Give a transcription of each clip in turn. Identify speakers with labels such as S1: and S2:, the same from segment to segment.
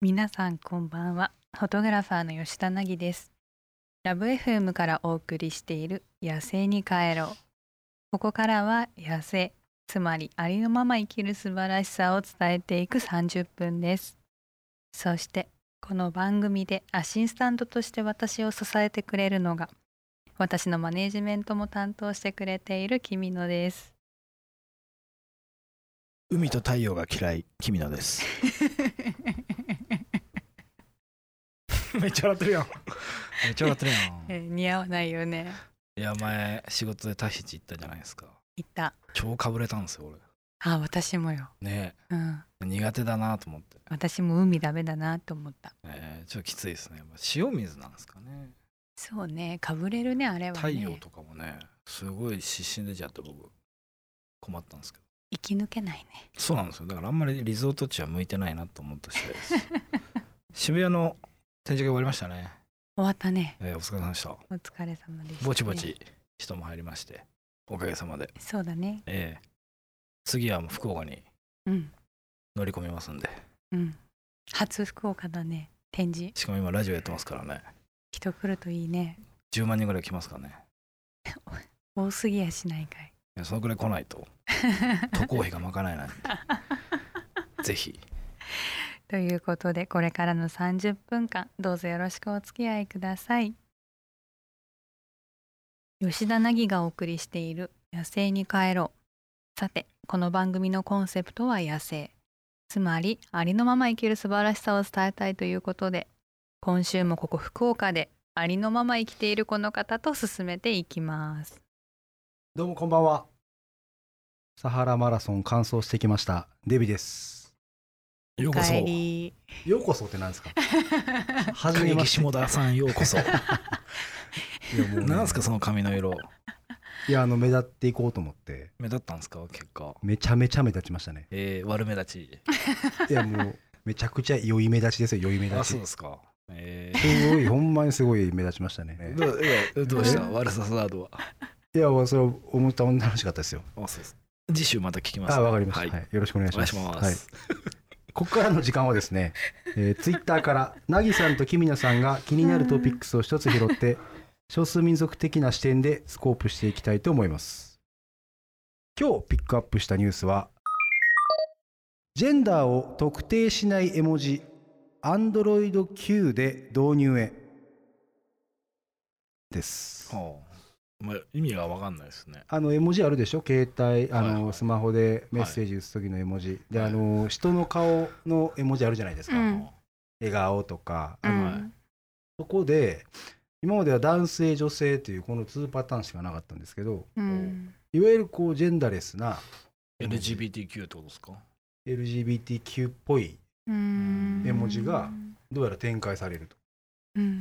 S1: 皆さんこんばんはフォトグラファーの吉田凪ですラブ FM からお送りしている野生に帰ろうここからは野生つまりありのまま生きる素晴らしさを伝えていく30分ですそしてこの番組でアシスタントとして私を支えてくれるのが私のマネージメントも担当してくれている君野です
S2: 海と太陽が嫌い君野です めっちゃ笑ってるやんめっちゃ笑ってるやん
S1: え 似合わないよね
S2: いや前仕事でタヒチ行ったじゃないですか
S1: いた
S2: 超かぶれたんですよ俺
S1: あ私もよ
S2: ね
S1: うん
S2: え苦手だなと思って、
S1: 私も海ダメだなと思った
S2: えーちょっときついですねやっぱ塩水なんですかね
S1: そうねかぶれるねあれはね
S2: 太陽とかもねすごい湿疹出ちゃって僕困ったんですけど
S1: 生き抜けないね
S2: そうなんですよだからあんまりリゾート地は向いてないなと思った次第です 渋谷の展示会終わりましたね、
S1: 終わったね
S2: えーお疲れ様でした
S1: お疲れ様でした、ね、
S2: ぼちぼち人も入りましておかげさまで、
S1: そうだね
S2: ええ次はもう福岡に
S1: うん
S2: 乗り込みますんで
S1: うん初福岡だね展示
S2: しかも今ラジオやってますからね
S1: 人来るといいね
S2: 10万人ぐらい来ますからね
S1: 多すぎやしないかい
S2: いやそのくらい来ないと渡航費がま かないなんでぜひ
S1: ということでこれからの30分間どうぞよろしくお付き合いください吉田凪がお送りしている「野生に帰ろう」さてこの番組のコンセプトは「野生」つまりありのまま生きる素晴らしさを伝えたいということで今週もここ福岡でありのまま生きているこの方と進めていきます
S3: どうもこんばんは。サハラマラソン完走してきました。デビです。
S2: ようこそ
S1: 帰り
S3: ようこそってなんで すか。はじめ
S2: 影
S3: ま
S2: 木
S3: して。
S2: 下田さんようこそ
S3: いやもうね
S2: なんですかその髪の色
S3: いやあの目立っていこうと思って、
S2: 目立ったんですか結果。
S3: めちゃめちゃ目立ちましたね
S2: ええ悪目立ち
S3: いやもうめちゃくちゃ良い目立ちですよ。良い目
S2: あ
S3: 立
S2: そう
S3: ち
S2: で。すかえ
S3: すごいほんまにすごい目立ちましたね
S2: え。 どういやどうした
S1: え
S2: 悪さサードはい
S3: やそれ思った女楽しかったですよ。
S2: あそうです次週また聞きます
S3: あわかりました、
S2: はい、
S3: はい。よろしくお願い
S2: お
S3: し
S2: 願
S3: ま
S2: いし
S3: す。
S2: ます、
S3: はい。ここからの時間はですね、えツイッター Twitter から、なぎさんときみなさんが気になるトピックスを一つ拾って、少数民族的な視点でスコープしていきたいと思います。今日ピックアップしたニュースは、ジェンダーを特定しない絵文字、Android Q で導入へ。です。
S2: はあ、まあ、意味が分かんないですね。
S3: あの絵文字あるでしょ携帯あ
S2: はいは
S3: の
S2: い
S3: スマホでメッセージ打つ時の絵文字、であの人の顔の絵文字あるじゃないですか、
S1: うん
S2: は
S3: 笑顔とか、
S1: う
S3: あの
S1: ん
S3: そこで今までは男性女性っていうこの2パターンしかなかったんですけど
S1: うん
S3: いわゆるこうジェンダーレスな
S2: あ LGBTQ ってことですか
S3: LGBTQ っぽい
S1: うん
S3: 絵文字がどうやら展開されると
S1: うん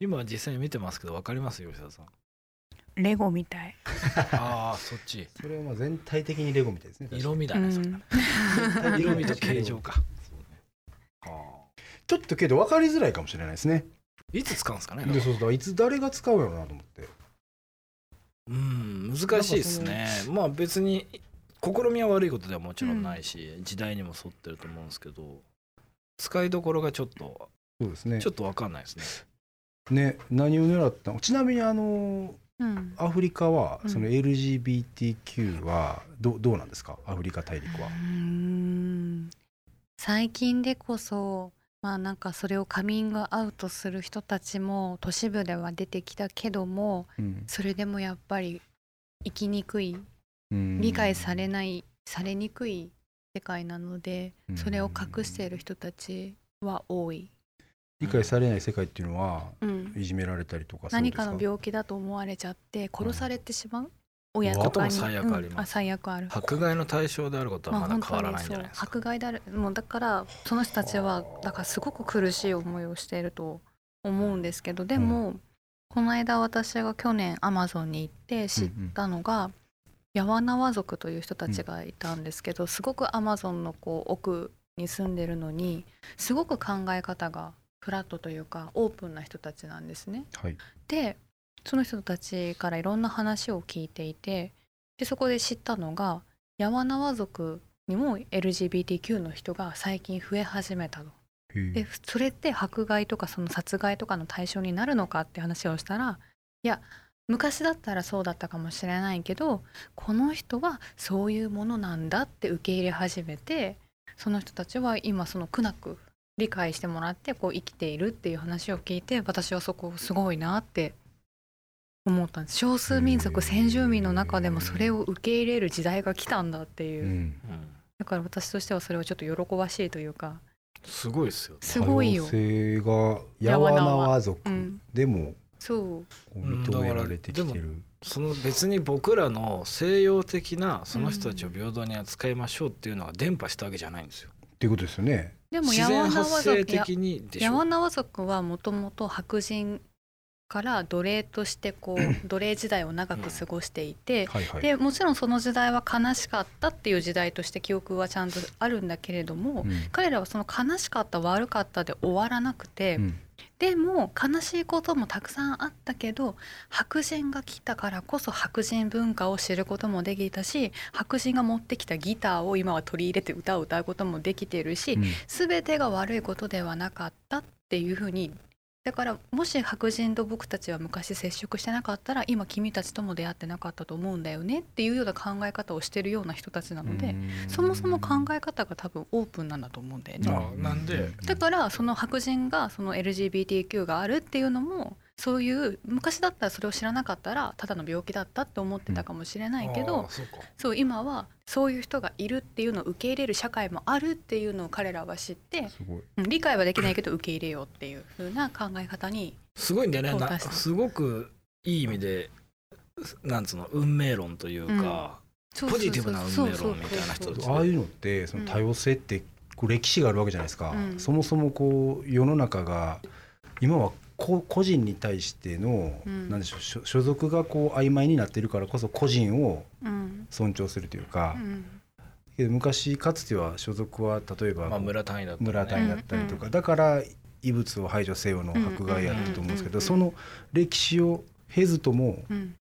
S2: 今実際に見てますけど分かります吉田さん。
S1: レゴみたい
S2: ああ、そっち。
S3: それはまあ全体的にレゴみたいですね確 か
S2: 色味だね、それ。
S3: に
S2: 色味と形状 か。ああ
S3: ちょっとけど分かりづらいかもしれないですね
S2: いつ使うんですかね
S3: でそうそういつ誰が使うやろうなと思って
S2: うん、難しいですね。まあ別に、試みは悪いことではもちろんないし、時代にも沿ってると思うんですけど、使いどころがちょっと、
S3: そうですね
S2: ちょっと分かんないですね。
S3: ね何を狙ったのちなみにあの
S1: うん
S3: アフリカは
S1: うん
S3: その LGBTQ はどどうなんですかアフリカ大陸は
S1: うーん最近でこそまあなんかそれをカミングアウトする人たちも都市部では出てきたけども
S3: うん
S1: それでもやっぱり生きにくい
S3: うん
S1: 理解されない、されにくい世界なので
S3: うん
S1: それを隠している人たちは多い、
S3: 理解されない世界っていうのは
S1: うん、
S3: いじめられたりとかそうで
S1: 何
S3: すか
S1: かの病気だと思われちゃって殺されてしまう、親
S3: ことと
S1: か
S2: も
S1: に
S2: 最悪あります
S1: うん最悪ある
S2: 迫害の対象であることはまだ変わらないんじゃないですか。
S1: 迫害であるもうだからその人たちはだからすごく苦しい思いをしていると思うんですけどでも、この間私が去年アマゾンに行って知ったのが、ヤワナワ族という人たちがいたんですけど、すごくアマゾンのこう奥に住んでるのにすごく考え方がフラットというかオープンな人たちなんですね。
S3: はい
S1: でその人たちからいろんな話を聞いていてでそこで知ったのがヤワナワ族にも LGBTQ の人が最近増え始めたと
S3: へ
S1: でそれって迫害とかその殺害とかの対象になるのかって話をしたらいや昔だったらそうだったかもしれないけどこの人はそういうものなんだって受け入れ始めてその人たちは今その苦なく理解してもらってこう生きているっていう話を聞いて私はそこすごいなって思ったんです少数民族先住民の中でもそれを受け入れる時代が来たんだっていううん
S2: うん
S1: だから私としてはそれはちょっと喜ばしいというか
S2: すごいですよね
S1: すごいよ
S3: 多様。性がやわなわ族
S1: うん
S3: でも
S1: そう
S3: 認められてきてる、
S2: その別に僕らの西洋的なその人たちを平等に扱いましょうっていうのが伝播したわけじゃないんですよ。
S3: っていうことですよね。
S1: でも
S2: 自
S1: や
S2: 然
S1: わな
S2: 発
S1: わ
S2: 生
S1: 族や
S2: 的にでし
S1: ヤワ
S2: ょ。
S1: ナワ族はもともと白人から奴隷としてこ う奴隷時代を長く過ごしていて、
S3: はいはい。
S1: でもちろんその時代は悲しかったっていう時代として記憶はちゃんとあるんだけれども、
S3: うん
S1: 彼らはその悲しかった悪かったで終わらなくて、
S3: うん
S1: でも悲しいこともたくさんあったけど白人が来たからこそ白人文化を知ることもできたし白人が持ってきたギターを今は取り入れて歌を歌うこともできてるし、
S3: うん
S1: 全てが悪いことではなかったっていうふうにだからもし白人と僕たちは昔接触してなかったら今君たちとも出会ってなかったと思うんだよねっていうような考え方をしてるような人たちなので、そもそも考え方が多分オープンなんだと思うんだよね。
S2: あなんで
S1: だからその白人がその LGBTQ があるっていうのもそういう昔だったらそれを知らなかったらただの病気だったって思ってたかもしれないけど、
S2: ああそうか
S1: そう今はそういう人がいるっていうのを受け入れる社会もあるっていうのを彼らは知って
S3: すごい。
S1: うん理解はできないけど受け入れようっていう風な考え方に
S2: すごいんだよね
S1: そう
S2: な
S1: 確かに
S2: すごくいい意味でなんつうの運命論というか、ポジティブな運命論みたいな人たち
S3: ああいうのってその多様性ってこう歴史があるわけじゃないですか、
S1: うん
S3: そもそもこう世の中が今はこ個人に対しての、
S1: うん
S3: なんでしょう所所属がこう曖昧になってるからこそ個人を
S1: うん
S3: 尊重するというか
S1: う、ん
S3: けど昔かつては所属は例えば、
S2: まあ、村単位だった
S3: 村単位だったりとか、だから異物を排除せよの迫害やったと思うんですけ
S1: う
S3: ど、
S1: ん
S3: その歴史を経ずとも
S1: うん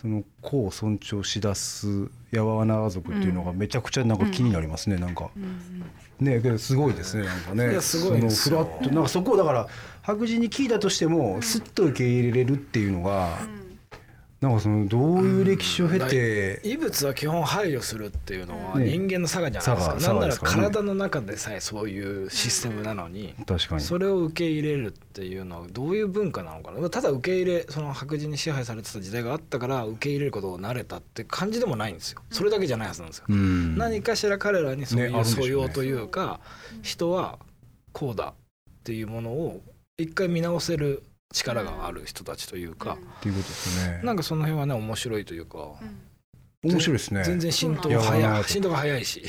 S3: その子を尊重しだすやわわな族っていうのがめちゃくちゃなんか気になりますね、なんか。
S1: うん
S3: ねけどすごいですねなんかね
S2: いやすごいです
S3: その
S2: よ
S3: フラッとなんかそこをだから白人に聞いたとしてもすっと受け入れれるっていうのが、なんかそのどういう歴史を経て、
S2: 異物は基本配慮するっていうのは
S3: ね
S2: 人間の差がじゃないですか、
S3: 差が
S2: なんなら
S3: 差がですからね
S2: 体の中でさえそういうシステムなのに、
S3: 確かに
S2: それを受け入れるっていうのはどういう文化なのかなただ受け入れその白人に支配されてた時代があったから受け入れることを慣れたって感じでもないんですよそれだけじゃないはずなんですよ、
S3: うん
S2: 何かしら彼らにそうい
S3: ねあるん
S2: う
S3: でしょう
S2: 素
S3: ね
S2: 養というか人はこうだっていうものを一回見直せる力がある人たちというか、
S3: っていうことですね
S2: なんかその辺はね面白いというか、
S3: 面白いですね
S2: 全然浸透
S3: いや
S2: が
S3: わかんな
S2: 早
S3: い
S2: い浸透が早いし、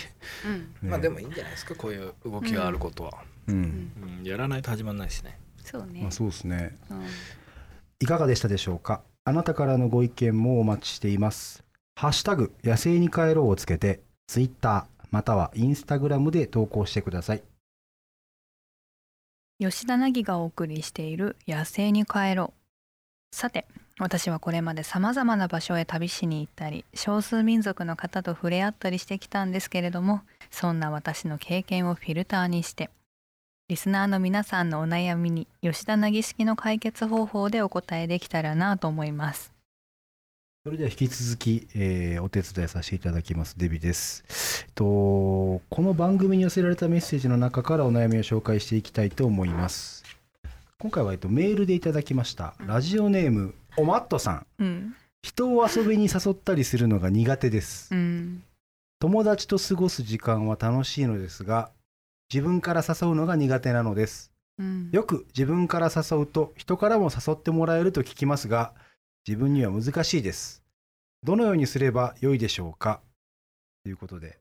S1: うん
S3: ね
S2: まあでもいいんじゃないですかこういう動きがあることは、
S3: うん、
S1: うん
S2: うんやらないと始まんないしね
S1: そう
S3: ま
S1: ね
S3: あ、そうですね
S1: うん
S3: いかがでしたでしょうかあなたからのご意見もお待ちしていますハッシュタグ野生に帰ろうをつけてツイッターまたはインスタグラムで投稿してください
S1: 吉田凪がお送りしている「野生に帰ろう」さて私はこれまでさまざまな場所へ旅しに行ったり少数民族の方と触れ合ったりしてきたんですけれどもそんな私の経験をフィルターにしてリスナーの皆さんのお悩みに吉田凪式の解決方法でお答えできたらなと思います。
S3: それでは引き続き、えーお手伝いさせていただきますデビです、えっと、この番組に寄せられたメッセージの中からお悩みを紹介していきたいと思います今回は、えっと、メールでいただきましたラジオネームおまっとさん
S1: うん、
S3: 人を遊びに誘ったりするのが苦手です
S1: うん、
S3: 友達と過ごす時間は楽しいのですが自分から誘うのが苦手なのです
S1: うん、
S3: よく自分から誘うと人からも誘ってもらえると聞きますが自分には難しいですどのようにすれば良いでしょうかということで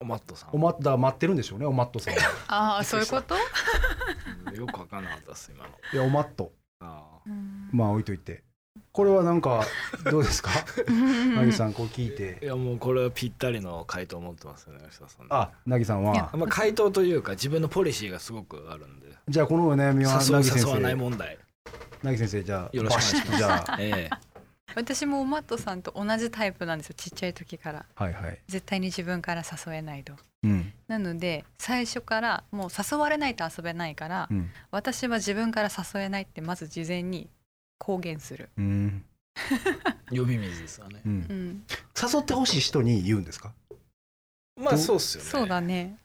S2: おマットさん
S3: おまっだ待ってるんでしょうねおまっ とさんい
S1: ああそういうこと、
S2: うんよくわかんなかったです今の
S3: やおまっと
S2: あ
S1: うん、
S3: まあ置いといてこれはなんかどうですかなぎさんこう聞い
S2: ーい
S3: て
S2: やもうこれはぴったりの回答を持ってますよね吉田さんね
S3: あなぎさん
S1: いや
S3: は
S2: まあ回答というか自分のポリシーがすごくあるんで
S3: じゃあこのお悩みは
S2: 誘
S3: な
S2: う
S3: ぎ先
S2: 誘わない
S3: 生
S2: 問題
S3: なぎ先生じゃあ
S2: よろしくお願いします
S3: バシッとじゃあ
S2: ええ
S1: 私もおまっとさんと同じタイプなんですよちっちゃい時から
S3: はいはい。
S1: 絶対に自分から誘えないと
S3: うん。
S1: なので最初からもう誘われないと遊べないから、
S3: うん。
S1: 私は自分から誘えないってまず事前に公言する、
S3: うん。
S2: 呼び水ですわね
S3: う。。
S1: うんん、
S3: 誘ってほしい人に言うんですか。
S2: まあそうっすよね。
S1: そうだね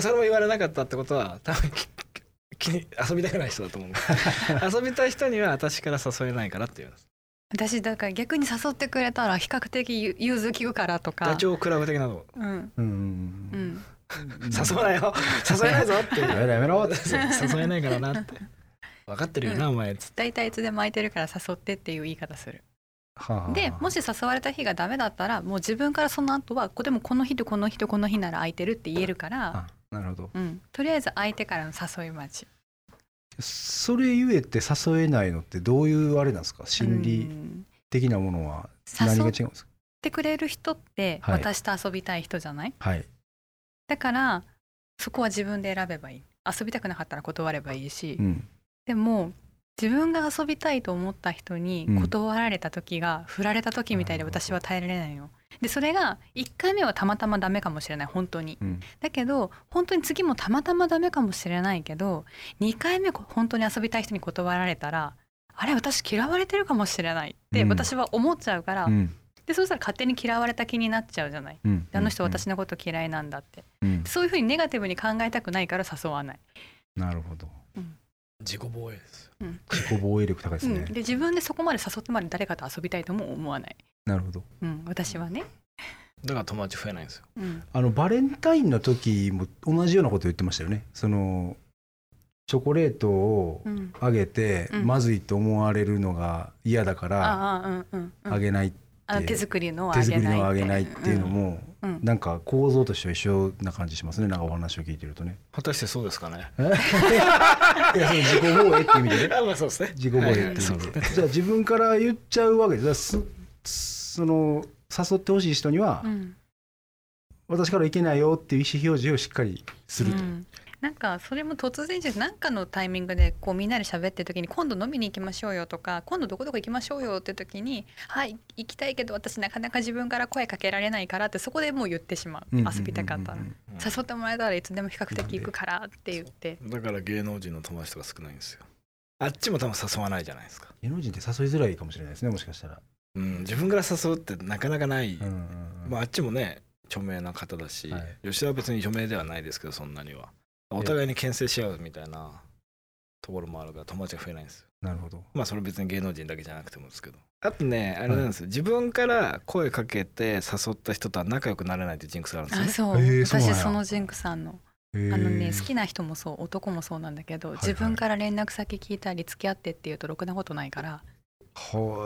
S2: それも言われなかったってことは多分き気に遊びたくない人だと思う 遊びたい人には私から誘えないからって言います
S1: 私だから逆に誘ってくれたら比較的ゆ融通きくからとか
S2: ダチョウクラブ的なの
S1: うん
S3: うん
S1: うん
S2: 誘わないよ誘えないぞって
S3: やめろやめろって
S2: そう 誘えないからなって分かってるよな、お前っつって
S1: 大体いつでも空いてるから誘ってっていう言い方する
S3: はあ
S1: でもし誘われた日がダメだったらもう自分からその後はこでもこの日とこの日とこの日なら空いてるって言えるから、
S3: あなるほど
S1: うん、とりあえず相手からの誘い待ち
S3: それゆえって誘えないのってどういうあれなんですか心
S1: う
S3: 理
S1: ん
S3: 的なものは何が
S1: 誘
S3: 違う
S1: っ
S3: んですか
S1: てくれる人って
S3: はい
S1: 私と遊びたい人じゃない、
S3: はい
S1: だからそこは自分で選べばいい遊びたくなかったら断ればいいし、
S3: うん
S1: でも自分が遊びたいと思った人に
S3: うん
S1: 断られた時が、振られた時みたいで
S3: なるほど
S1: 私は耐えられないのでそれが1回目はたまたまダメかもしれない本当に
S3: うん
S1: だけど本当に次もたまたまダメかもしれないけど2回目こ本当に遊びたい人に断られたらあれ私嫌われてるかもしれないって
S3: うん
S1: 私は思っちゃうから、
S3: うん
S1: でそうしたら勝手に嫌われた気になっちゃうじゃない
S3: うん
S1: であの人私のこと嫌いなんだって
S3: うん
S1: そういうふうにネガティブに考えたくないから誘わない、
S3: なるほど
S2: 自己防衛ですよ
S1: うん
S3: 自己防衛力高いです
S1: うん
S3: ね
S1: で自分でそこまで誘ってまで誰かと遊びたいとも思わない、
S3: なるほど
S1: うん、私はね、
S2: だから友達増えないんですよ
S1: うん、
S3: あのバレンタインの時も同じようなこと言ってましたよねそのチョコレートを
S1: うん、
S3: あげて
S1: うん
S3: まずいと思われるのが嫌だから
S1: ああうんうんうん
S3: あげない
S1: あの手作りのをあ
S3: 手
S1: げ
S3: 作
S1: ない
S3: りのあげないっていうのも
S1: うんうん
S3: なんか構造としては一緒な感じしますねなんかお話を聞いてるとね
S2: 果たしてそうですかね
S3: え いやその自己防衛って意味で ね
S2: あまあそうですね
S3: 自己防衛っていう
S2: そ
S3: の
S2: う
S3: でじゃあ自分から言っちゃうわけですだからすその誘ってほしい人には、
S1: うん
S3: 私からいけないよっていう意思表示をしっかりすると、
S1: うんなんかそれも突然じゃなんかのタイミングでこうみんなで喋ってる時に今度飲みに行きましょうよとか今度どこどこ行きましょうよって時にはい行きたいけど私なかなか自分から声かけられないからってそこでもう言ってしまう
S3: うん
S1: 遊びたかったら
S3: うん
S2: うん
S1: 誘ってもらえたらいつでも比較的行くからって言って
S2: だから芸能人の友達とか少ないんですよあっちも多分誘わないじゃないですか、
S3: 芸能人って誘いづらいかもしれないですねもしかしたら、
S2: うん、自分から誘うってなかなかない、
S3: うんうんうん
S2: まあ、あっちもね著名な方だし、
S3: はい
S2: 吉田は別に著名ではないですけどそんなにはお互いに牽制し合うみたいなところもあるから友達が増えないんですよ
S3: なるほど
S2: まあそれ別に芸能人だけじゃなくてもですけどあとねあれなんですよ、自分から声かけて誘った人とは仲良くなれないってジンクスがあるんですよ
S1: あそう、
S2: ね
S3: へえそうなん
S1: 私
S3: や
S1: そのジンクさんの
S3: あ
S1: あのね好きな人もそう男もそうなんだけど、
S3: いはい
S1: 自分から連絡先聞いたり付き合ってっていうとろくなことないから、も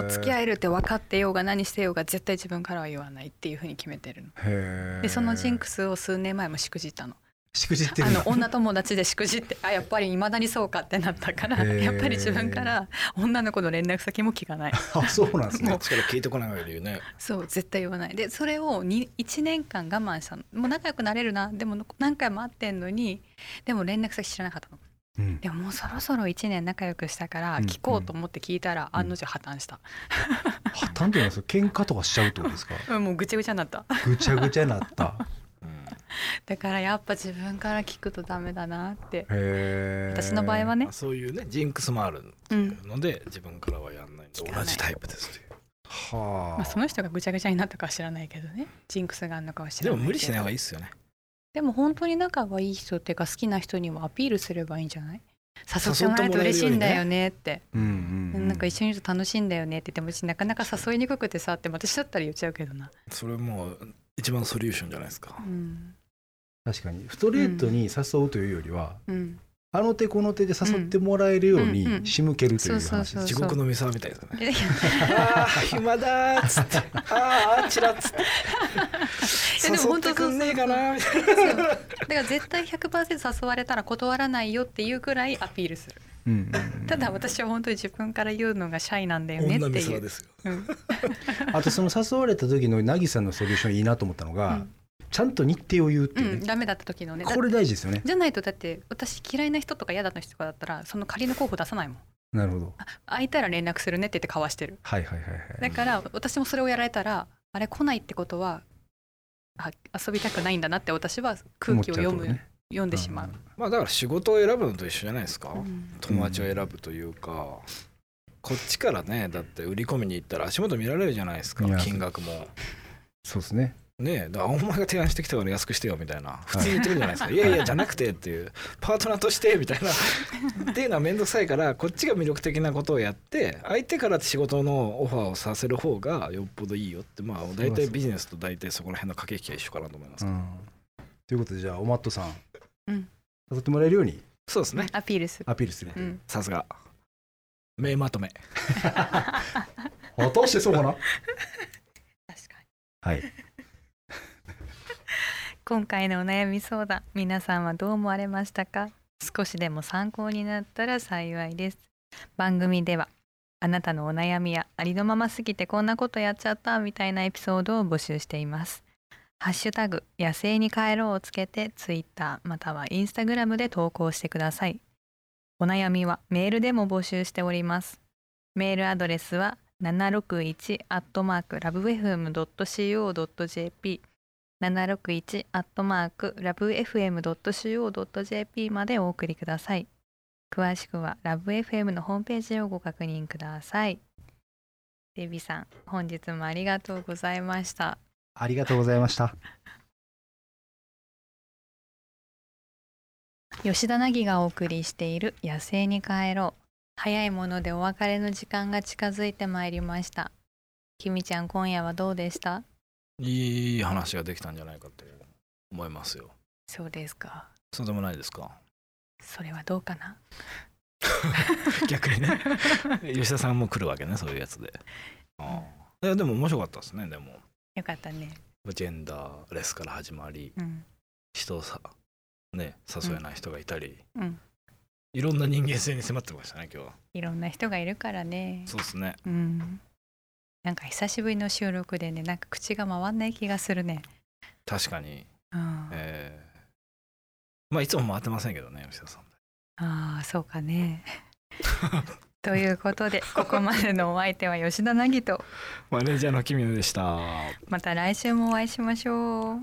S1: う付き合
S3: い
S1: えるって分かってようが何してようが絶対自分からは言わないっていうふうに決めてるの。でそのジンク
S3: ス
S1: スを数年前もしくじったの
S3: しくじってる
S1: あの女友達でしくじってあやっぱり未だにそうかってなったから
S3: へー
S1: やっぱり自分から女の子の連絡先も聞かない
S3: あそうなんです
S2: こっ
S3: ね
S2: ちから聞いてこないわけで言うね
S1: そう絶対言わないでそれをに1年間我慢したのもう仲良くなれるなでも何回も会ってんのにでも連絡先知らなかったの
S3: うん
S1: でももうそろそろ1年仲良くしたから
S3: うん
S1: 聞こうと思って聞いたら
S3: うん
S1: 案の定破綻した、
S3: 破綻っていうのはその喧嘩とかしちゃうってことですか
S1: うんもうぐちゃぐちゃになった
S3: ぐちゃぐちゃになった
S2: うん
S1: だからやっぱ自分から聞くとダメだなって
S3: へえ
S1: 私の場合はね
S2: まあ、そういうねジンクスもある
S1: うん
S2: ので自分からはやんないんで
S1: 聞かない
S2: 同じタイプですという
S3: はあ、
S1: まあ、その人がぐちゃぐちゃになったかは知らないけどねジンクスがあるのかは知
S2: で
S1: らないけど
S2: も無理しない方がいいっすよね
S1: でも本当に仲がいい人っていうか好きな人にもアピールすればいいんじゃない誘ってもらえると嬉しいんだよねって
S3: うんうんう
S1: なんか一緒にいると楽しいんだよねって言ってもうちなかなか誘いにくくてさって私だったら言っちゃうけどな、
S2: それもう一番ソリューションじゃないですか
S1: うん
S3: 確かにストレートに誘うというよりは、
S1: うん、
S3: あの手この手で誘ってもらえるよう
S1: うんうん
S3: に仕向けるとい
S1: そう
S3: う
S1: そう
S3: 話
S1: そ
S3: で
S1: う
S2: 地
S3: す
S2: 獄の三沢みたいですよ ね
S1: いやいや
S2: ああ暇だーっつってあああちらっ つって
S1: やでも
S2: 誘っ
S1: 本当
S2: てくんねえかなみたいな
S1: そうだから絶対100%誘われたら断らないよっていうくらいアピールする
S3: うんうんうん
S1: ただ私は本当に自分から言うのがシャイなんだよね
S2: 女
S1: って
S2: 三
S1: い
S2: 沢
S1: う
S2: ですよ
S1: うん
S3: あとその誘われた時のなぎさんのソリューションいいなと思ったのが、
S1: うん
S3: ちゃんと日程を言うって
S1: う、
S3: いうんね、
S1: ダメだった時のねだ
S3: これ大事ですよね
S1: じゃないとだって私嫌いな人とか嫌だった人とかだったらその仮の候補出さないもん
S3: なるほど。
S1: 空いたら連絡するねって言って交わしてる
S3: はいはいはいはい。
S1: だから私もそれをやられたらあれ来ないってことはあ遊びたくないんだなって私は空気を読
S3: 思っ
S1: む、
S3: ちゃうってことね
S1: 読んでしまう、
S2: まあだから仕事を選ぶのと一緒じゃないですか、
S1: うん
S2: 友達を選ぶというか、こっちからねだって売り込みに行ったら足元見られるじゃないですか
S3: いや
S2: 金額も
S3: そうですね。
S2: ねえだからお前が提案してきたから安くしてよみたいな普通に言ってるじゃないですか、い、やいやじゃなくてっていうパートナーとしてみたいなっていうのは面倒くさいからこっちが魅力的なことをやって相手から仕事のオファーをさせる方がよっぽどいいよってまあ大体ビジネスと大体そこら辺の駆け引きは一緒かなと思います、
S3: うん。ということでじゃあおまっとさん、
S1: うん
S3: 誘ってもらえるように
S2: そうですね
S1: アピールする、
S3: アピールする。
S1: うん、
S2: さすが名まとめ
S3: 果たしてそう かな。
S1: 確かに
S3: はい。
S1: 今回のお悩み相談皆さんはどう思われましたか少しでも参考になったら幸いです番組ではあなたのお悩みやありのまますぎてこんなことやっちゃったみたいなエピソードを募集していますハッシュタグ野生に帰ろうをつけてツイッターまたはインスタグラムで投稿してくださいお悩みはメールでも募集しておりますメールアドレスは761アットマークラブ FM.co.jp 761アットマークラブ FM.co.jp までお送りください。詳しくはラブ FM のホームページをご確認ください。デビさん、本日もありがとうございました。
S3: ありがとうございました。
S1: 吉田凪がお送りしている「野生に帰ろう」早いものでお別れの時間が近づいてまいりました。きみちゃん、今夜はどうでした
S2: いい話ができたんじゃないかと思いますよ
S1: そうですか。
S2: そうでもないですか
S1: それはどうかな
S2: 逆にね吉田さんも来るわけねそういうやつでああいやでも面白かったですねでも
S1: よかったね。
S2: ジェンダーレスから始まり
S1: うん。
S2: 人をさね誘えない人がいたり、
S1: うん。
S2: いろんな人間性に迫ってましたね今日はい
S1: ろんな人がいるからね。
S2: そうですね
S1: うん。なんか久しぶりの収録でね、なんか口が回んない気がするね。
S2: 確かに
S1: うん、あ
S2: えーまあいつも回ってませんけどね吉田さん
S1: あー、そうか ね。ということで、ここまでのお相手は吉田凪と、
S2: マネージャーの君野で した
S1: また来週もお会いしましょう。